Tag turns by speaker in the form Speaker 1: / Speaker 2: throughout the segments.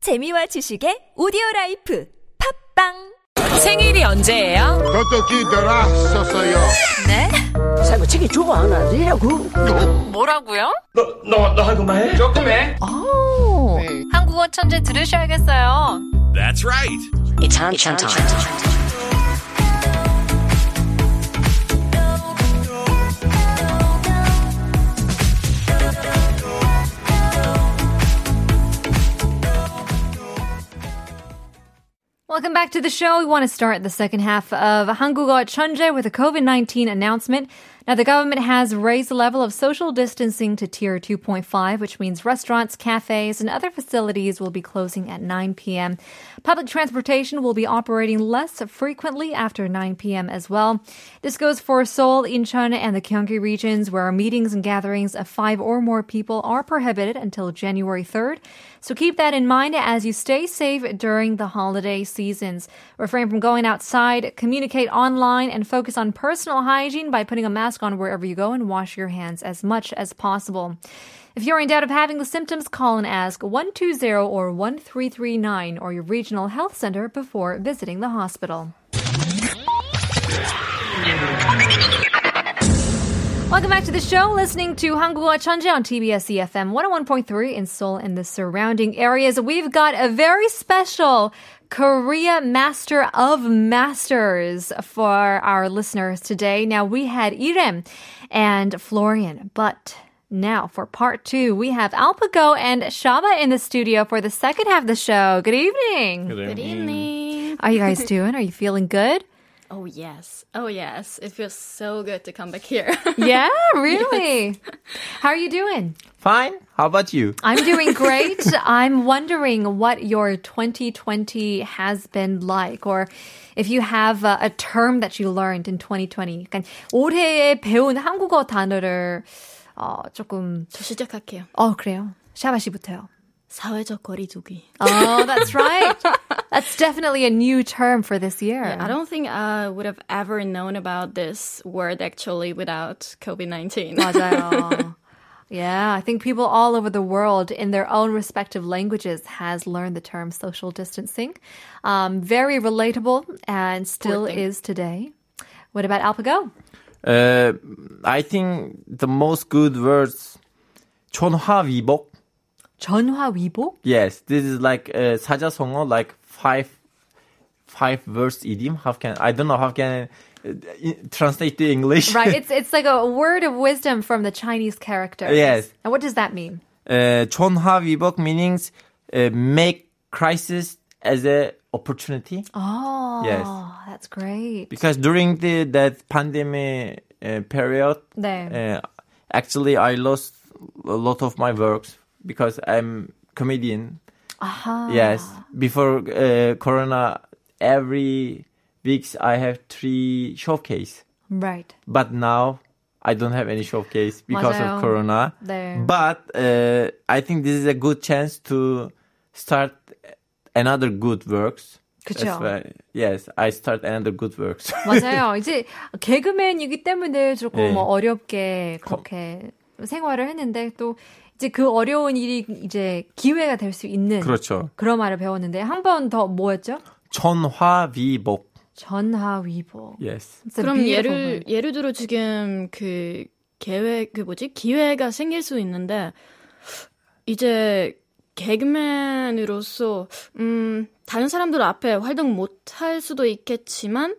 Speaker 1: 재미와 지식의 오디오 라이프 팝빵
Speaker 2: 생일이 언제예요?
Speaker 3: 도둑이더라 썼어요
Speaker 2: 네?
Speaker 4: 살고 책이 주고 하나 내라고
Speaker 2: 뭐라고요?
Speaker 5: 너, 너, 너 한국말 해? 조금 해.
Speaker 2: 한국어 천재 들으셔야겠어요.
Speaker 6: That's right.
Speaker 4: It's hunt time.
Speaker 7: Welcome back to the show. We want to start the second half of 한국어 천재 with a COVID-19 announcement. Now, the government has raised the level of social distancing to tier 2.5, which means restaurants, cafes, and other facilities will be closing at 9 p.m. Public transportation will be operating less frequently after 9 p.m. as well. This goes for Seoul, Incheon, and the Gyeonggi regions, where meetings and gatherings of five or more people are prohibited until January 3rd. So keep that in mind as you stay safe during the holiday seasons. Refrain from going outside, communicate online, and focus on personal hygiene by putting a mask on wherever you go and wash your hands as much as possible. If you're in doubt of having the symptoms, call and ask 120 or 1339 or your regional health center before visiting the hospital. Welcome back to the show. Listening to 한국어 천재 on TBS EFM 101.3 in Seoul and the surrounding areas. We've got a very special Korea Master of Masters for our listeners today. Now we had Irem and Florian, but now for part two, we have Alpago and Shaba in the studio for the second half of the show. Good evening. Good evening. Are you guys doing? Are you feeling good?
Speaker 8: Oh yes. Oh yes. It feels so good to come back here.
Speaker 7: Yeah, really. How are you doing?
Speaker 9: Fine. How about you?
Speaker 7: I'm doing great. I'm wondering what your 2020 has been like, or if you have a, a term that you learned in 2020. 그러니까 올해에 배운 한국어 단어를 어, 조금
Speaker 8: 저 시작할게요.
Speaker 7: 어 그래요. 샤바 씨부터요.
Speaker 8: 사회적 거리두기.
Speaker 7: Oh, that's right. That's definitely a new term for this year.
Speaker 8: I don't think I would have ever known about this word actually without COVID-19.
Speaker 7: 맞아요. Yeah, I think people all over the world in their own respective languages has learned the term social distancing. Um, very relatable and still
Speaker 8: thing.
Speaker 7: is today. What about Alpago?
Speaker 9: Uh, I think the most good words, Chonhwa Vibok.
Speaker 7: 전화위복?
Speaker 9: Yes, this is like uh, Sajasongo, like five, five verse idiom. How can I don't know how can uh, i- translate to English?
Speaker 7: Right, it's it's like a word of wisdom from the Chinese character.
Speaker 9: Yes.
Speaker 7: And what does that mean?
Speaker 9: uh, Chonhwa Vibok means uh, make crisis as a opportunity.
Speaker 7: Oh,
Speaker 9: Yes.
Speaker 7: that's great.
Speaker 9: because during the that pandemic uh, period,
Speaker 7: 네.
Speaker 9: uh, actually I lost a lot of my works because I'm comedian.
Speaker 7: Aha.
Speaker 9: Yes, before uh, Corona, every weeks I have three showcase,
Speaker 7: Right.
Speaker 9: but now I don't have any showcase because
Speaker 7: 맞아요.
Speaker 9: of Corona.
Speaker 7: 네.
Speaker 9: But uh, I think this is a good chance to start another good works.
Speaker 7: 그쵸.
Speaker 9: That's why- yes, I start another good works.
Speaker 7: 맞아요. 이제 개그맨이기 때문에 조금
Speaker 9: 네.
Speaker 7: 뭐 어렵게 그렇게 생활을 했는데 또 이제 그 어려운 일이 이제 기회가 될 수 있는
Speaker 9: 그렇죠.
Speaker 7: 런 말을 배웠는데 한 번 더 뭐였죠?
Speaker 9: 천화위복.
Speaker 7: 전하위복.
Speaker 9: Yes.
Speaker 7: It's a
Speaker 8: 그럼
Speaker 7: beautiful
Speaker 8: 예를
Speaker 7: word.
Speaker 8: 예를 들어 지금 그 계획 그 뭐지? 기회가 생길 수 있는데 이제 개그맨으로서 음 다른 사람들 앞에 활동 못 할 수도 있겠지만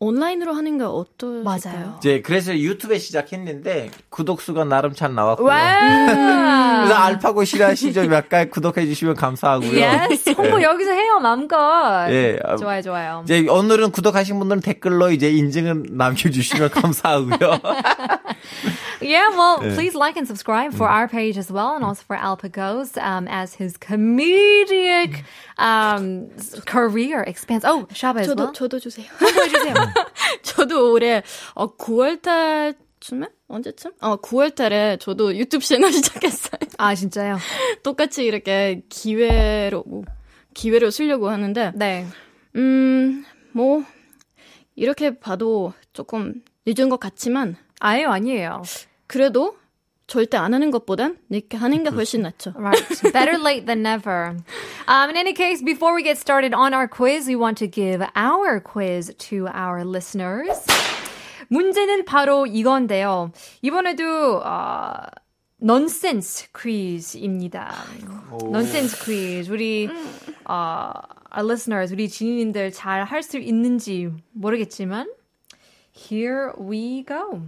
Speaker 8: 온라인으로 하는 거 어떨까요?
Speaker 7: 맞아요.
Speaker 9: 이제 그래서 유튜브에 시작했는데 구독 수가 나름 잘 나왔고요.
Speaker 7: 와우.
Speaker 9: 그래서 알파고 싫어하시죠? 약간 구독해 주시면 감사하고요.
Speaker 7: Yes. 홍보 여기서 해요 마음껏.
Speaker 9: 네. 예, 아,
Speaker 7: 좋아요 좋아요.
Speaker 9: 이제 오늘은 구독하신 분들은 댓글로 이제 인증을 남겨주시면 감사하고요.
Speaker 7: Yeah, well,
Speaker 9: 네.
Speaker 7: please like and subscribe for
Speaker 9: 음.
Speaker 7: our page as well, and also for Alpago's um, as his comedic um, s- career expands. Oh, Shaba as
Speaker 8: 저도
Speaker 7: well.
Speaker 8: 저도 주세요.
Speaker 7: 보여주세요.
Speaker 8: 저도 올해 어 9월 달쯤에 언제쯤? 어 9월 달에 저도 유튜브 채널 시작했어요.
Speaker 7: 아 진짜요?
Speaker 8: 똑같이 이렇게 기회로 뭐, 기회로 쓰려고 하는데
Speaker 7: 네.
Speaker 8: 음 뭐 이렇게 봐도 조금 늦은 것 같지만
Speaker 7: 아유 아니에요.
Speaker 8: 그래도 절대 안 하는 것보단 늦게 하는 게 훨씬 낫죠.
Speaker 7: Right. Better late than never. Um, in any case, before we get started on our quiz, we want to give our quiz to our listeners. 문제는 바로 이건데요. 이번에도 어, nonsense quiz입니다. nonsense quiz. 우리 어, our listeners, 우리 지인님들 잘 할 수 있는지 모르겠지만 here we go.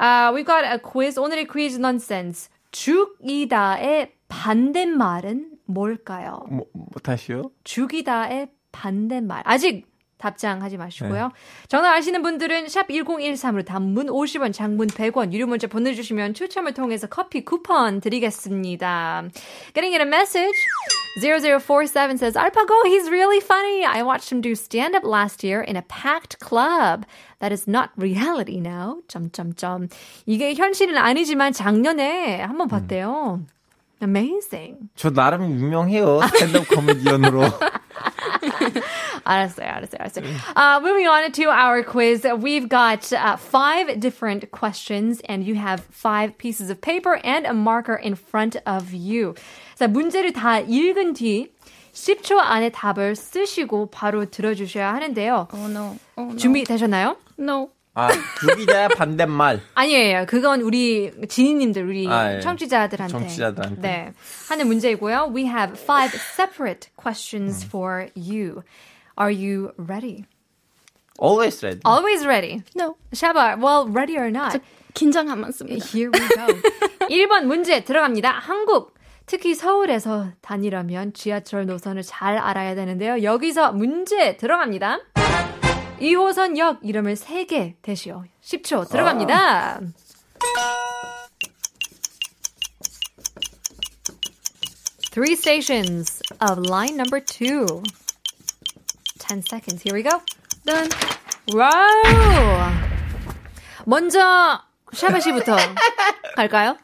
Speaker 7: Uh, we've got a quiz. 오늘의 quiz nonsense. 죽이다의 반대말은 뭘까요?
Speaker 9: 뭐, 뭐 다시요?
Speaker 7: 죽이다의 반대말. 아직 답장하지 마시고요. 정답 아시는 분들은 샵 1013으로 단문 50원, 장문 100원, 유료 문자 보내주시면 추첨을 통해서 커피 쿠폰 드리겠습니다. Getting in a message. 0047 says, Alpago, he's really funny. I watched him do stand up last year in a packed club. That is not reality now. 점점점. 이게 현실은 아니지만 작년에 한번 봤대요. Amazing.
Speaker 9: 저 나름 유명해요. 스탠드업 코미디언으로.
Speaker 7: 알았어요, 알았어요, 알았어요. Uh, moving on to our quiz, we've got uh, five different questions, and you have five pieces of paper and a marker in front of you. 자, 문제를 다 읽은 뒤 10초 안에 답을 쓰시고 바로 들어주셔야 하는데요.
Speaker 8: Oh no. Oh, no.
Speaker 7: 준비되셨나요?
Speaker 8: No.
Speaker 9: 아, 죽이다의 반대말.
Speaker 7: 아니에요. 그건 우리 지인님들, 우리
Speaker 9: 아, 예.
Speaker 7: 청취자들한테.
Speaker 9: 청취자들한테.
Speaker 7: 네. 하는 문제이고요. We have five separate questions for you. Are you ready?
Speaker 9: Always ready.
Speaker 7: Always ready.
Speaker 8: No.
Speaker 7: 샤바, well, ready or not.
Speaker 8: 긴장함만 씁니다.
Speaker 7: Here we go. 1번 문제 들어갑니다. 한국. 특히 서울에서 다니려면 지하철 노선을 잘 알아야 되는데요. 여기서 문제 들어갑니다. 2호선역 이름을 3개 대시오. 10초 들어갑니다. Three stations of line number two. 10 seconds. Here we go.
Speaker 8: 일단
Speaker 7: 와우! 먼저 샤바 씨부터 갈까요?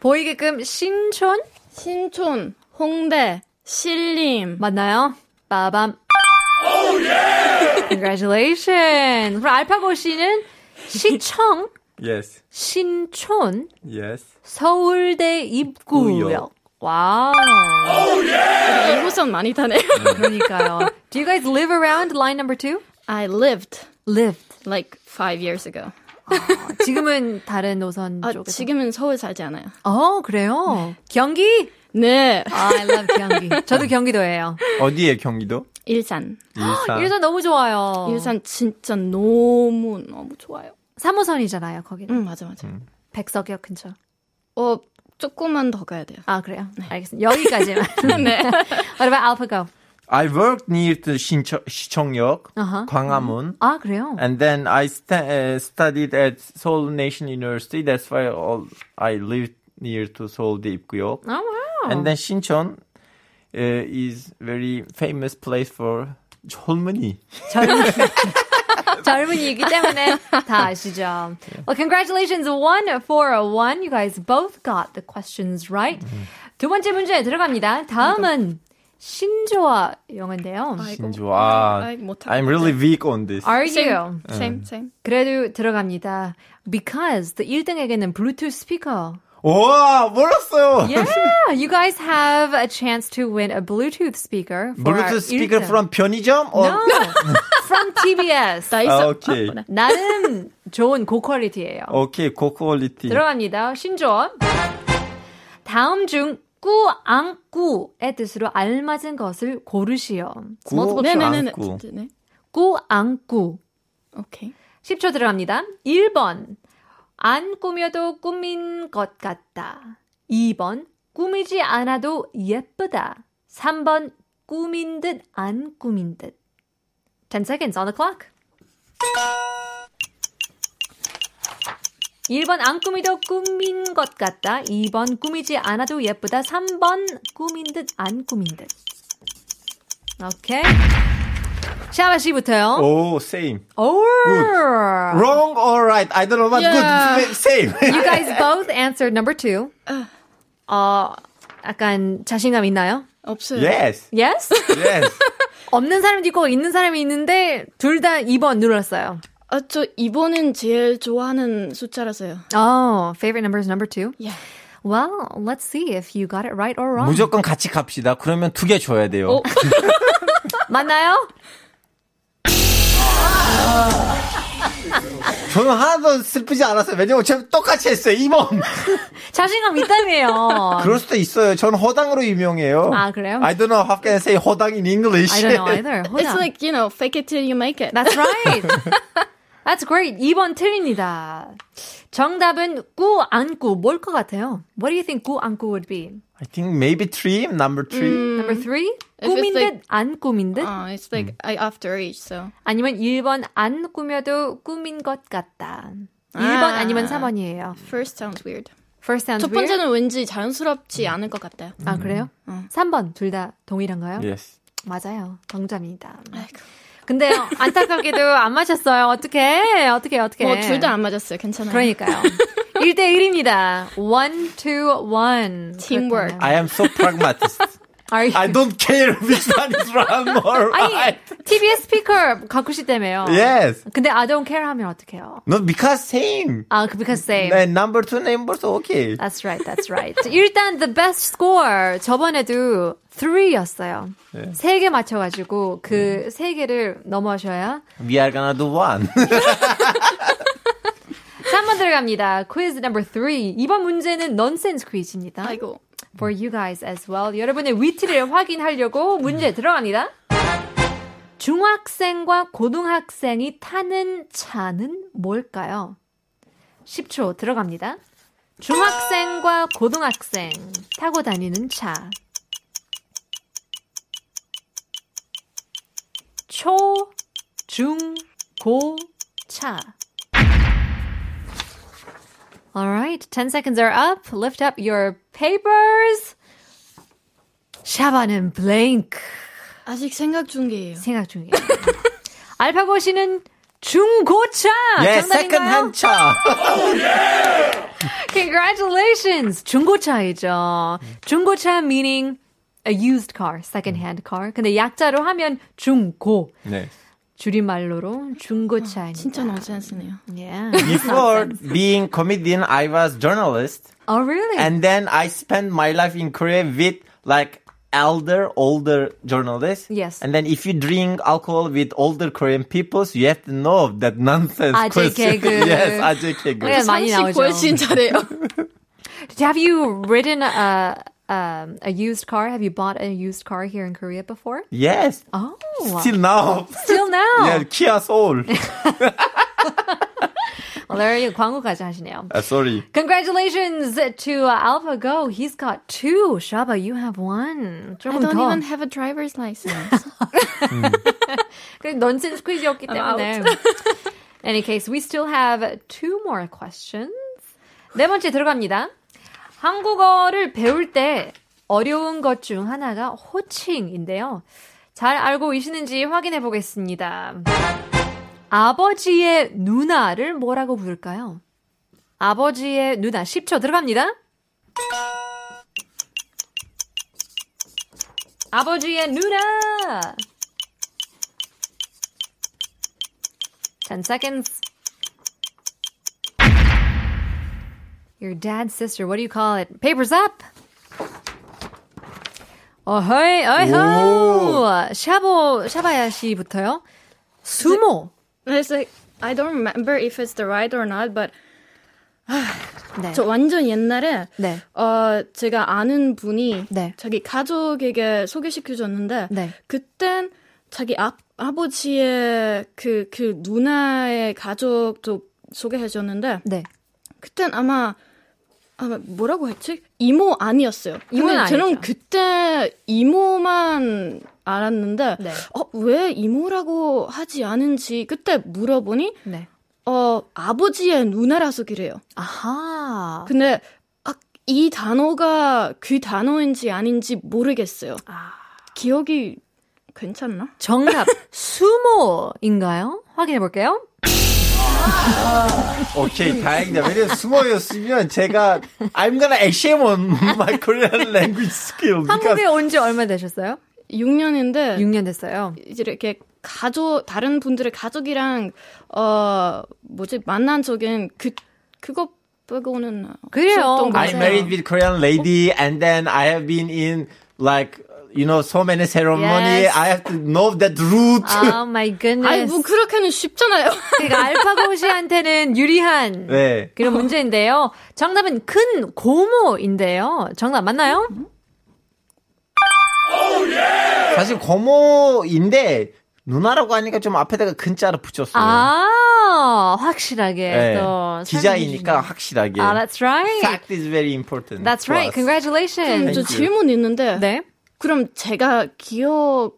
Speaker 7: 보이게끔 신촌
Speaker 8: 신촌, 홍대, 신림.
Speaker 7: 맞나요? 빠밤. Congratulations. 그럼 알파고 씨는 시청,
Speaker 9: Yes.
Speaker 7: 신촌,
Speaker 9: Yes.
Speaker 7: 서울대 입구역.
Speaker 9: 구역.
Speaker 7: 와우.
Speaker 8: 이호선 많이 타네요.
Speaker 7: 그러니까요. Do you guys live around line number two?
Speaker 8: I lived
Speaker 7: Lived.
Speaker 8: like five years ago.
Speaker 7: 지금은 다른 노선
Speaker 8: 아,
Speaker 7: 쪽에서.
Speaker 8: 지금은 서울 살지 않아요.
Speaker 7: 어, 그래요? 경기?
Speaker 8: 네.
Speaker 7: I love 경기. 저도 경기도예요.
Speaker 9: 어디에 경기도?
Speaker 8: 일산.
Speaker 9: 일산.
Speaker 7: 일산 너무 좋아요.
Speaker 8: 일산 진짜 너무 너무 좋아요.
Speaker 7: 3호선이잖아요, 거기는.
Speaker 8: 응, 맞아 맞아.
Speaker 9: 음.
Speaker 7: 백석역 근처.
Speaker 8: 어, 조금만 더 가야 돼요.
Speaker 7: 아, 그래요? 알겠습니다. 여기까지만.
Speaker 8: 네.
Speaker 7: What about Alpago?
Speaker 9: I worked near the 신청, 시청역,
Speaker 7: Uh-huh.
Speaker 9: 광화문.
Speaker 7: 아, 그래요?
Speaker 9: And then I sta- uh, studied at Seoul Nation University. That's why all, I lived near to Seoul 입구역.
Speaker 7: Oh, wow.
Speaker 9: And then Shincheon uh, is very famous place for 젊은이.
Speaker 7: 젊은이이기 때문에 다 아시죠. Well, congratulations. One for one. You guys both got the questions right. 두 번째 문제 들어갑니다. 다음은 신조어 영어인데요.
Speaker 9: 신조. 아,
Speaker 8: 아이, 못하겠다. 네.
Speaker 9: I'm really 음. weak on this.
Speaker 7: Are
Speaker 8: Same,
Speaker 7: you?
Speaker 8: same, same.
Speaker 7: 그래도 들어갑니다. Because the 1등에게는 블루투스 스피커
Speaker 9: 와, 몰랐어요.
Speaker 7: Yeah, you guys have a chance to win a Bluetooth speaker. For our
Speaker 9: Bluetooth speaker
Speaker 7: 일등.
Speaker 9: from 편의점? or-
Speaker 7: No, from TBS.
Speaker 9: 아,
Speaker 8: 나이스.
Speaker 9: 오케이.
Speaker 7: 나름 좋은 고퀄리티예요.
Speaker 9: 오케이, 고퀄리티.
Speaker 7: 들어갑니다. 신조어. 다음 중 꾸안꾸의 뜻으로 알맞은 것을 고르시오.
Speaker 9: 구,
Speaker 8: 뭐,
Speaker 9: 아,
Speaker 8: 네네네네.
Speaker 9: 안구.
Speaker 8: 네.
Speaker 7: 꾸안꾸.
Speaker 8: 오케이.
Speaker 7: 10초 들어갑니다. 1번. 안 꾸며도 꾸민 것 같다. 2번. 꾸미지 않아도 예쁘다. 3번. 꾸민 듯 안 꾸민 듯. 10 seconds on the clock. 1번 안 꾸미도 꾸민 것 같다. 2번 꾸미지 않아도 예쁘다. 3번 꾸민 듯 안 꾸민 듯. 오케이. 샤바 씨부터요.
Speaker 9: 오, same.
Speaker 7: Oh,
Speaker 9: Wrong or right? I don't know, but
Speaker 8: Yeah.
Speaker 9: good. Same.
Speaker 7: you guys both answered number two. 어, 약간 자신감 있나요?
Speaker 8: 없어요.
Speaker 9: yes.
Speaker 7: Yes?
Speaker 9: Yes.
Speaker 7: 없는 사람도 있고 있는 사람이 있는데 둘 다 2번 눌렀어요.
Speaker 8: 아, 저 2번은 제일 좋아하는 숫자라서요.
Speaker 7: Oh, favorite number is number two.
Speaker 8: Yeah.
Speaker 7: Well, let's see if you got it right or wrong.
Speaker 9: 무조건 같이 갑시다. 그러면 두 개 줘야 돼요.
Speaker 7: 어? 맞나요?
Speaker 9: 저는 하나도 슬프지 않았어요. 왜냐면 제가 똑같이 했어요. 2번.
Speaker 7: 자신감 있다며요.
Speaker 9: 그럴 수도 있어요. 저는 허당으로 유명해요.
Speaker 7: 아, 그래요?
Speaker 9: I don't know how can I say 허당 in English.
Speaker 7: I don't know either. Hold
Speaker 8: It's
Speaker 7: on.
Speaker 8: like, you know, fake it till you make it.
Speaker 7: That's right. That's great. 2번 틀립니다. 정답은 꾸 안꾸 뭘 것 같아요? What do you think 꾸 안꾸 would be?
Speaker 9: I think maybe three, number three.
Speaker 7: Number three?
Speaker 8: If
Speaker 7: 꾸민
Speaker 8: it's like-
Speaker 7: 듯 안 꾸민 듯?
Speaker 8: Uh, it's
Speaker 9: 음.
Speaker 8: like I after age, so.
Speaker 7: 아니면 1번 안 꾸며도 꾸민 것 같다. 1번
Speaker 8: 아.
Speaker 7: 아니면 3번이에요.
Speaker 8: First sounds weird.
Speaker 7: First sounds
Speaker 8: 첫
Speaker 7: weird.
Speaker 8: 번째는 어. 왠지 자연스럽지
Speaker 9: 음.
Speaker 8: 않을 것 같아요.
Speaker 7: 아 그래요? 3번 둘 다 동일한가요?
Speaker 9: Yes.
Speaker 7: 맞아요. 정답입니다. 근데 어, 안타깝게도 안 맞았어요. 어떻게? 어떻게? 어떻게?
Speaker 8: 뭐 둘 다 안 맞았어요. 괜찮아요.
Speaker 7: 네. 그러니까요. 1대 1입니다. 1 2 1.
Speaker 8: Teamwork.
Speaker 9: I am so pragmatist.
Speaker 7: Are you?
Speaker 9: I don't care which one is wrong or
Speaker 7: 아니, 아.
Speaker 9: right.
Speaker 7: TBS 스피커 갖고 싶다며요.
Speaker 9: Yes.
Speaker 7: 근데 I don't care 하면 어떡해요?
Speaker 9: Not because same.
Speaker 7: 아, 그 because same.
Speaker 9: And number two, number two, okay.
Speaker 7: That's right, that's right. 일단 the best score 저번에도 3였어요. 세 개 맞춰가지고 그 세 개를 넘어셔야
Speaker 9: We are gonna do one.
Speaker 7: 3번 들어갑니다. 퀴즈 number 3. 이번 문제는 nonsense 퀴즈입니다.
Speaker 8: 아이고.
Speaker 7: For you guys as well. 여러분의 위치를 확인하려고 문제 들어갑니다. 중학생과 고등학생이 타는 차는 뭘까요? 10초 들어갑니다. 중학생과 고등학생 타고 다니는 차. 초, 중, 고, 차. All right, 10 seconds are up. Lift up your papers. 샤바는 blank
Speaker 8: 아직 생각 중이에요.
Speaker 7: 생각 중이에요. 알파고시는 중고차
Speaker 9: yeah, 네, second
Speaker 7: 아, 정답인가요?
Speaker 9: hand 차.
Speaker 7: Congratulations. 중고차이죠. 중고차 meaning a used car, second hand car. 근데 약자로 하면 중고
Speaker 9: 네.
Speaker 7: 줄임말로로 중고차입니다.
Speaker 8: 진짜 넌센스네요.
Speaker 7: Yeah.
Speaker 9: Before being comedian, I was journalist.
Speaker 7: Oh really?
Speaker 9: and then I spent my life in Korea with like elder, older journalists.
Speaker 7: Yes.
Speaker 9: And then if you drink alcohol with older Korean peoples, you have to know that nonsense.
Speaker 7: Ajay
Speaker 9: question.
Speaker 7: 개그.
Speaker 9: yes, Ajay 개그.
Speaker 7: 네, 많이 나오죠.
Speaker 8: 상식 훨씬 잘해요.
Speaker 7: 어, Have you ridden a um, a used car? Have you bought a used car here in Korea before?
Speaker 9: Yes.
Speaker 7: Oh,
Speaker 9: Still now.
Speaker 7: still now.
Speaker 9: yeah, Kia Soul.
Speaker 7: Well, there you 광고까지 하시네요.
Speaker 9: Uh, sorry.
Speaker 7: Congratulations to uh, AlphaGo. He's got two. Shaba, you have one.
Speaker 8: I
Speaker 7: 조금
Speaker 8: don't
Speaker 7: 더.
Speaker 8: even have a driver's license.
Speaker 7: 그 nonsense 퀴즈였기 때문에. Any case, we still have two more questions. 네 번째 들어갑니다. 한국어를 배울 때 어려운 것 중 하나가 호칭인데요. 잘 알고 계시는지 확인해 보겠습니다. 아버지의 누나를 뭐라고 부를까요? 아버지의 누나 10초 들어갑니다. 아버지의 누나 10 seconds. Your dad's sister, what do you call it? Papers up! 어허이, 어허! 샤보, 샤바야 씨부터요. 수모.
Speaker 8: It's like I don't remember if it's the right or not, but
Speaker 7: 네.
Speaker 8: 저 완전 옛날에
Speaker 7: 네.
Speaker 8: 어 제가 아는 분이
Speaker 7: 네.
Speaker 8: 자기 가족에게 소개시켜 줬는데
Speaker 7: 네.
Speaker 8: 그땐 자기 아, 아버지의 그 그 누나의 가족도 소개해 줬는데
Speaker 7: 네.
Speaker 8: 그땐 아마 아마 뭐라고 했지 이모 아니었어요.
Speaker 7: 이모는
Speaker 8: 근데 저는
Speaker 7: 아니죠.
Speaker 8: 그때 이모만 알았는데
Speaker 7: 네.
Speaker 8: 어 왜 이모라고 하지 않은지 그때 물어보니
Speaker 7: 네.
Speaker 8: 어 아버지의 누나라서 그래요.
Speaker 7: 아하. 그
Speaker 8: 근데 아, 이 단어가 그 단어인지 아닌지 모르겠어요. 기억이 괜찮나?
Speaker 7: 정답, 수모인가요? 확인해 볼게요.
Speaker 9: 오케이 다행이다 왜냐면 숨어였으면 제가 I'm gonna shame on my Korean language skill
Speaker 7: 한국에
Speaker 9: because 네.
Speaker 7: 온 지 얼마 되셨어요?
Speaker 8: 6년인데
Speaker 7: 6년 됐어요.
Speaker 8: 이렇게 가족 다른 분들의 가족이랑 어 뭐지 만난 적은 그 그거 빼고는
Speaker 7: 그래요.
Speaker 8: 없었던 것
Speaker 7: 맞아요.
Speaker 9: I
Speaker 8: 같아요.
Speaker 9: married with Korean lady, and then I have been in like you know so many ceremony.
Speaker 7: Yes.
Speaker 9: I have to know that route.
Speaker 7: Oh my goodness.
Speaker 8: 아니 뭐 그렇게는 쉽잖아요.
Speaker 7: 그러니까 알파고 씨한테는 유리한
Speaker 9: 네.
Speaker 7: 그런 문제인데요. 정답은 큰 고모인데요. 정답 맞나요?
Speaker 9: 네. 사실 고모인데 누나라고 하니까 좀 앞에다가 근자를 붙였어요.
Speaker 7: 아 확실하게
Speaker 9: 네.
Speaker 7: 또
Speaker 9: 기자이니까
Speaker 7: 설명해
Speaker 9: 확실하게.
Speaker 7: 주시네요. 아, that's right.
Speaker 9: Fact is very important.
Speaker 7: That's
Speaker 9: to
Speaker 7: right.
Speaker 9: us.
Speaker 7: Congratulations.
Speaker 8: 저
Speaker 9: you.
Speaker 8: 질문 있는데
Speaker 7: 네.
Speaker 8: 그럼 제가 기억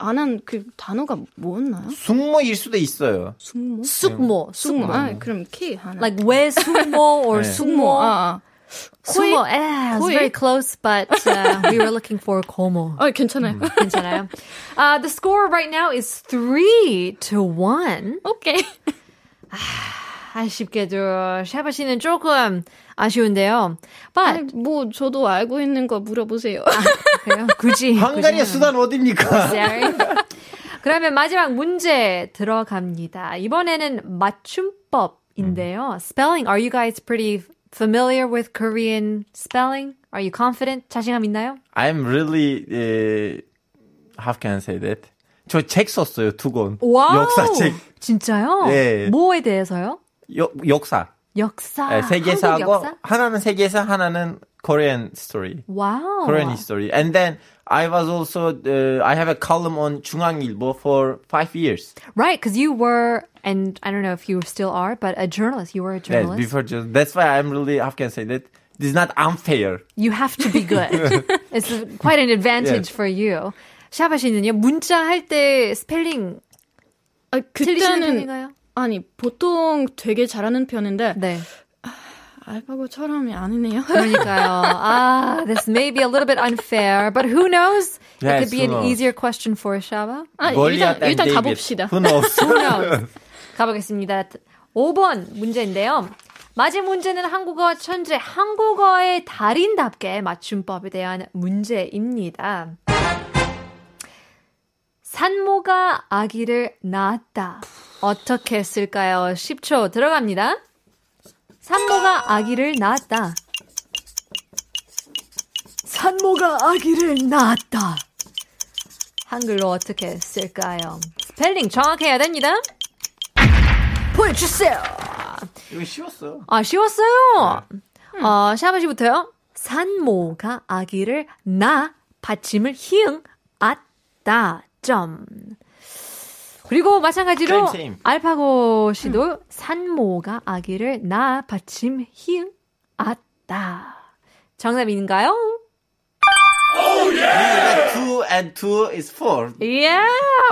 Speaker 8: 안 한 그 단어가 뭐였나요?
Speaker 9: 숙모일 수도 있어요.
Speaker 8: 숙모?
Speaker 7: 숙모. 숙모.
Speaker 8: 숙모. 아, 그럼 K 하나.
Speaker 7: Like 왜 숙모 or
Speaker 9: 네.
Speaker 8: 숙모.
Speaker 7: 숙모?
Speaker 8: 아,
Speaker 7: 숙모. Yeah, it's
Speaker 8: 코이?
Speaker 7: very close, but uh, we were looking for 고모.
Speaker 8: 아. 아, 괜찮아요.
Speaker 7: 괜찮아요. Uh, the score right now is three to one.
Speaker 8: 오케이.
Speaker 7: 아쉽게도 샤바 씨는 조금 아쉬운데요. 아,
Speaker 8: 아니,
Speaker 7: But
Speaker 8: 뭐 저도 알고 있는 거 물어보세요.
Speaker 7: 그래요? 굳이
Speaker 9: 헝가리의 수단 어딥니까?
Speaker 7: Sorry. 그러면 마지막 문제 들어갑니다. 이번에는 맞춤법인데요. Spelling. Are you guys pretty familiar with Korean spelling? Are you confident? 자신감 있나요?
Speaker 9: I'm really uh, how can I say that? 저 책 썼어요 두 권.
Speaker 7: 와우!
Speaker 9: 역사책.
Speaker 7: 진짜요?
Speaker 9: 예.
Speaker 7: 뭐에 대해서요?
Speaker 9: 역 역사.
Speaker 7: 역사.
Speaker 8: 아,
Speaker 9: 네,
Speaker 7: 한국
Speaker 9: 세계사하고
Speaker 7: 역사?
Speaker 9: 하나는 세계사 하나는 Korean story.
Speaker 7: 와우.
Speaker 9: Korean history. And then I was also uh, I have a column on 중앙일보 for five years.
Speaker 7: Right, because you were, and I don't know if you still are, but a journalist. You were a
Speaker 9: Yes,
Speaker 7: journalist.
Speaker 9: 네, before just that's why I'm really how can I say that? This is not unfair.
Speaker 7: You have to be good. it's quite an advantage
Speaker 9: Yes.
Speaker 7: for you. 샤바 씨는요, 문자 할 때 스펠링
Speaker 8: 아,
Speaker 7: 틀리시는
Speaker 8: 그때는
Speaker 7: 편인가요?
Speaker 8: 아니 보통 되게 잘하는 편인데
Speaker 7: 네.
Speaker 8: 알파고처럼이 아니네요.
Speaker 7: 그러니까요. 아, this may be a little bit unfair, but who knows? it
Speaker 9: Yes,
Speaker 7: could be an
Speaker 9: who knows?
Speaker 7: easier question for 샤바.
Speaker 8: 아,
Speaker 9: Goliath
Speaker 8: 일단
Speaker 9: and
Speaker 8: 일단
Speaker 9: David.
Speaker 8: 가봅시다.
Speaker 9: Who knows?
Speaker 7: Who knows? 가보겠습니다. 5번 문제인데요. 마지막 문제는 한국어 천재, 한국어의 달인답게 맞춤법에 대한 문제입니다. 산모가 아기를 낳았다. 어떻게 했을까요? 10초 들어갑니다. 산모가 아기를 낳았다. 산모가 아기를 낳았다. 한글로 어떻게 쓸까요? 스펠링 정확해야 됩니다. 보여주세요.
Speaker 9: 이거 쉬웠어.
Speaker 7: 아 쉬웠어요. 어, 샤바 씨부터요. 산모가 아기를 나 받침을 히응 았다 점. 그리고 마찬가지로
Speaker 9: Same, same.
Speaker 7: 알파고 씨도 산모가 아기를 나 받침 히응 았다. 정답인가요?
Speaker 9: two and two is four.
Speaker 7: Yeah.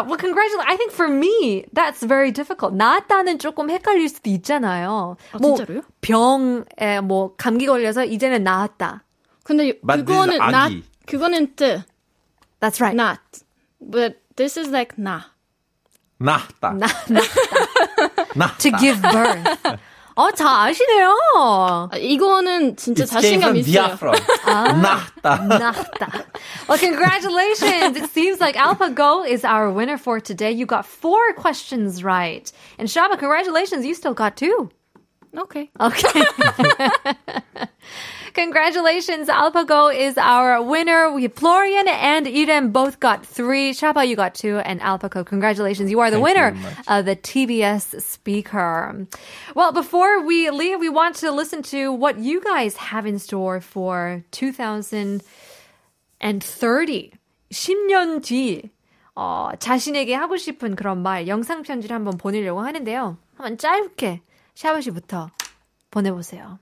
Speaker 7: Well, congratulations. I think for me, that's very difficult. 나았다는 조금 헷갈릴 수도 있잖아요.
Speaker 8: 아,
Speaker 7: 뭐
Speaker 8: 진짜로요?
Speaker 7: 병에 뭐 감기 걸려서 이제는 나았다.
Speaker 8: 근데
Speaker 9: But this
Speaker 8: 그거는
Speaker 9: is
Speaker 8: 나
Speaker 9: 아기.
Speaker 8: 그거는 뜨
Speaker 7: That's right.
Speaker 8: not. But this is like 나.
Speaker 9: 나다.
Speaker 7: 나, 나,
Speaker 9: 나.
Speaker 7: to give birth. 어, 다 아시네요.
Speaker 8: 아, 이거는 진짜 자신감 있어요. 아.
Speaker 9: Biafra. 나다.
Speaker 7: 나았다. Well, congratulations. It seems like AlphaGo is our winner for today. You got four questions right. And Shaba, congratulations. You still got two.
Speaker 8: Okay.
Speaker 7: Okay. Congratulations, AlpaGo is our winner. We Florian and Eden both got three. Shaba, you got two, and AlpaGo, congratulations, you are the winner of the TBS speaker. Well, before we leave, we want to listen to what you guys have in store for 2000- and 30. 10년 뒤 어, 자신에게 하고 싶은 그런 말 영상 편지를 한번 보내려고 하는데요. 한번 짧게 샤바 씨부터 보내 보세요.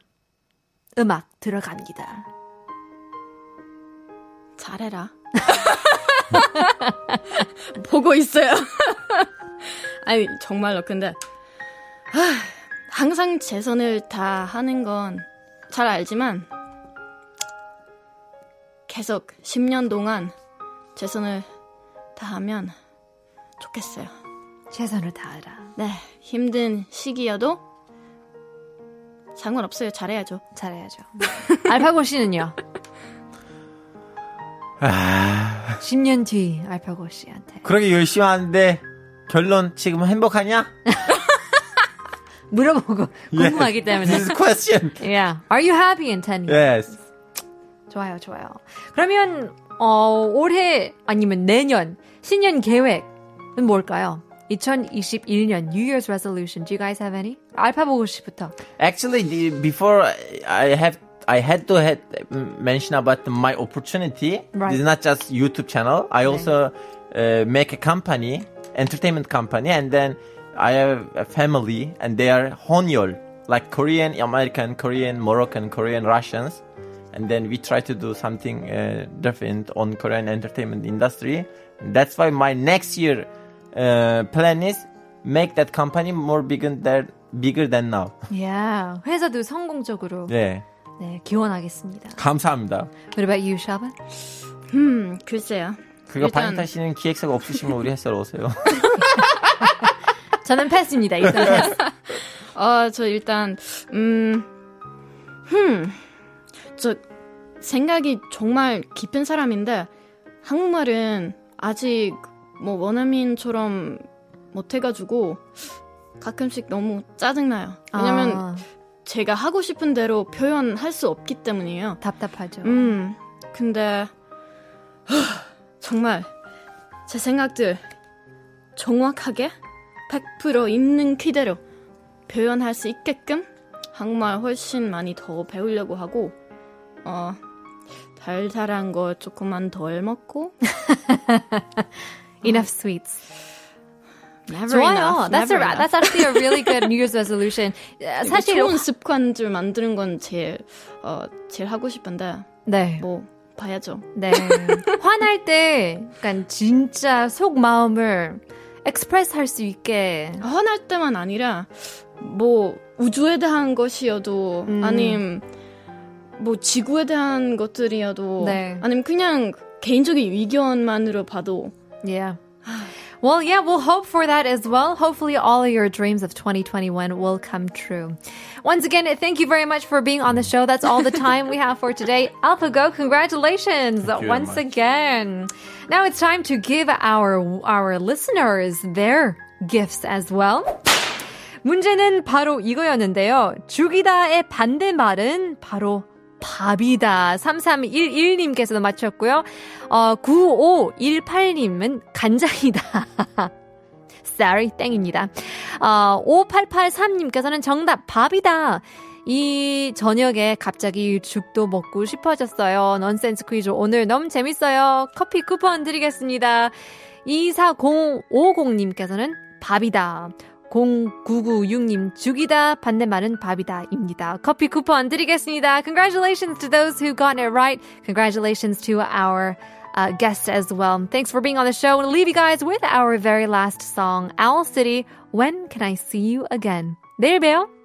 Speaker 7: 음악 들어갑니다.
Speaker 8: 잘해라. 보고 있어요. 아니 정말로 근데 하, 항상 최선을 다하는 건 잘 알지만 계속 10년 동안 최선을 다하면 좋겠어요.
Speaker 7: 최선을 다하라.
Speaker 8: 네 힘든 시기여도 상관없어요. 잘해야죠.
Speaker 7: 잘해야죠. 알파고 씨는요? 10년 뒤 알파고 씨한테
Speaker 9: 그렇게 열심히 아, 하는데 결론 지금 행복하냐?
Speaker 7: 물어보고
Speaker 8: 예.
Speaker 7: 궁금하기 때문에.
Speaker 9: This is question.
Speaker 7: Yeah. Are you happy in 10
Speaker 8: 예.
Speaker 7: years?
Speaker 9: Yes.
Speaker 7: 좋아요, 좋아요. 그러면 어, 올해 아니면 내년 신년 계획은 뭘까요? 2021년 New Year's resolution. Do you guys have any? 알파보고 씨부터.
Speaker 9: Actually, the- before I have, I had to had mention about my opportunity.
Speaker 7: Right.
Speaker 9: It's not just YouTube channel. I also uh, make a company, entertainment company, and then I have a family, and they are Honyol, like Korean, American, Korean, Moroccan, Korean, Russians. And then we try to do something uh, different on Korean entertainment industry. And that's why my next year uh, plan is make that company more bigger than bigger than now.
Speaker 7: Yeah. 회사도 성공적으로
Speaker 8: 예.
Speaker 9: 네.
Speaker 7: 네, 기원하겠습니다.
Speaker 9: 감사합니다.
Speaker 7: What about you, 샤반?
Speaker 8: 음, 글쎄요.
Speaker 9: 그거
Speaker 8: 일단-
Speaker 9: 반타 씨는 기획사가 없으시면 우리 햇살 오세요.
Speaker 7: 저는 패스입니다. 일단 패스.
Speaker 8: 아, 저 일단, 음, 흠. 저 생각이 정말 깊은 사람인데, 한국말은 아직 뭐 원어민처럼 못해가지고, 가끔씩 너무 짜증나요. 왜냐면
Speaker 7: 아,
Speaker 8: 제가 하고 싶은 대로 표현할 수 없기 때문이에요.
Speaker 7: 답답하죠.
Speaker 8: 음, 근데, 하, 정말, 제 생각들 정확하게 100% 있는 그대로 표현할 수 있게끔 한국말 훨씬 많이 더 배우려고 하고, 어, 달달한 거 조금만 덜 먹고,
Speaker 7: Enough sweets.
Speaker 8: never
Speaker 7: 좋아요.
Speaker 8: enough,
Speaker 7: That's a
Speaker 8: never enough.
Speaker 7: that's actually a really good New Year's resolution. 어,
Speaker 8: 이거
Speaker 7: 사실
Speaker 8: 좋은 습관들 만드는 건 제일, 어, 제일 하고 싶은데,
Speaker 7: 네.
Speaker 8: 뭐, 봐야죠.
Speaker 7: 네. 화날 때 약간 진짜 속 마음을 엑스프레스 할 수 있게
Speaker 8: 화날 때만 아니라 뭐 우주에 대한 것이어도
Speaker 7: 음.
Speaker 8: 아님 뭐 지구에 대한 것들이어도
Speaker 7: 네.
Speaker 8: 아님 그냥 개인적인 의견만으로 봐도
Speaker 7: Yeah. Well, yeah, we'll hope for that as well. Hopefully, all of your dreams of 2021 will come true. Once again, thank you very much for being on the show. That's all the time we have for today. AlphaGo, congratulations
Speaker 9: you very
Speaker 7: once
Speaker 9: much.
Speaker 7: again. Now it's time to give our our listeners their gifts as well. 문제는 바로 이거였는데요. 죽이다의 반대말은 바로 밥이다. 3311님께서도 맞췄고요. 어, 9518님은 간장이다. Sorry, 땡입니다. 어, 5883님께서는 정답, 밥이다. 이 저녁에 갑자기 죽도 먹고 싶어졌어요. 넌센스 퀴즈 오늘 너무 재밌어요. 커피 쿠폰 드리겠습니다. 24050님께서는 밥이다. 0996님 죽이다 반대말은 밥이다입니다. 커피 쿠폰 드리겠습니다. Congratulations to those who got it right. Congratulations to our uh, guests as well. Thanks for being on the show. We'll leave you guys with our very last song, Owl City. When can I see you again? 내일 봬요.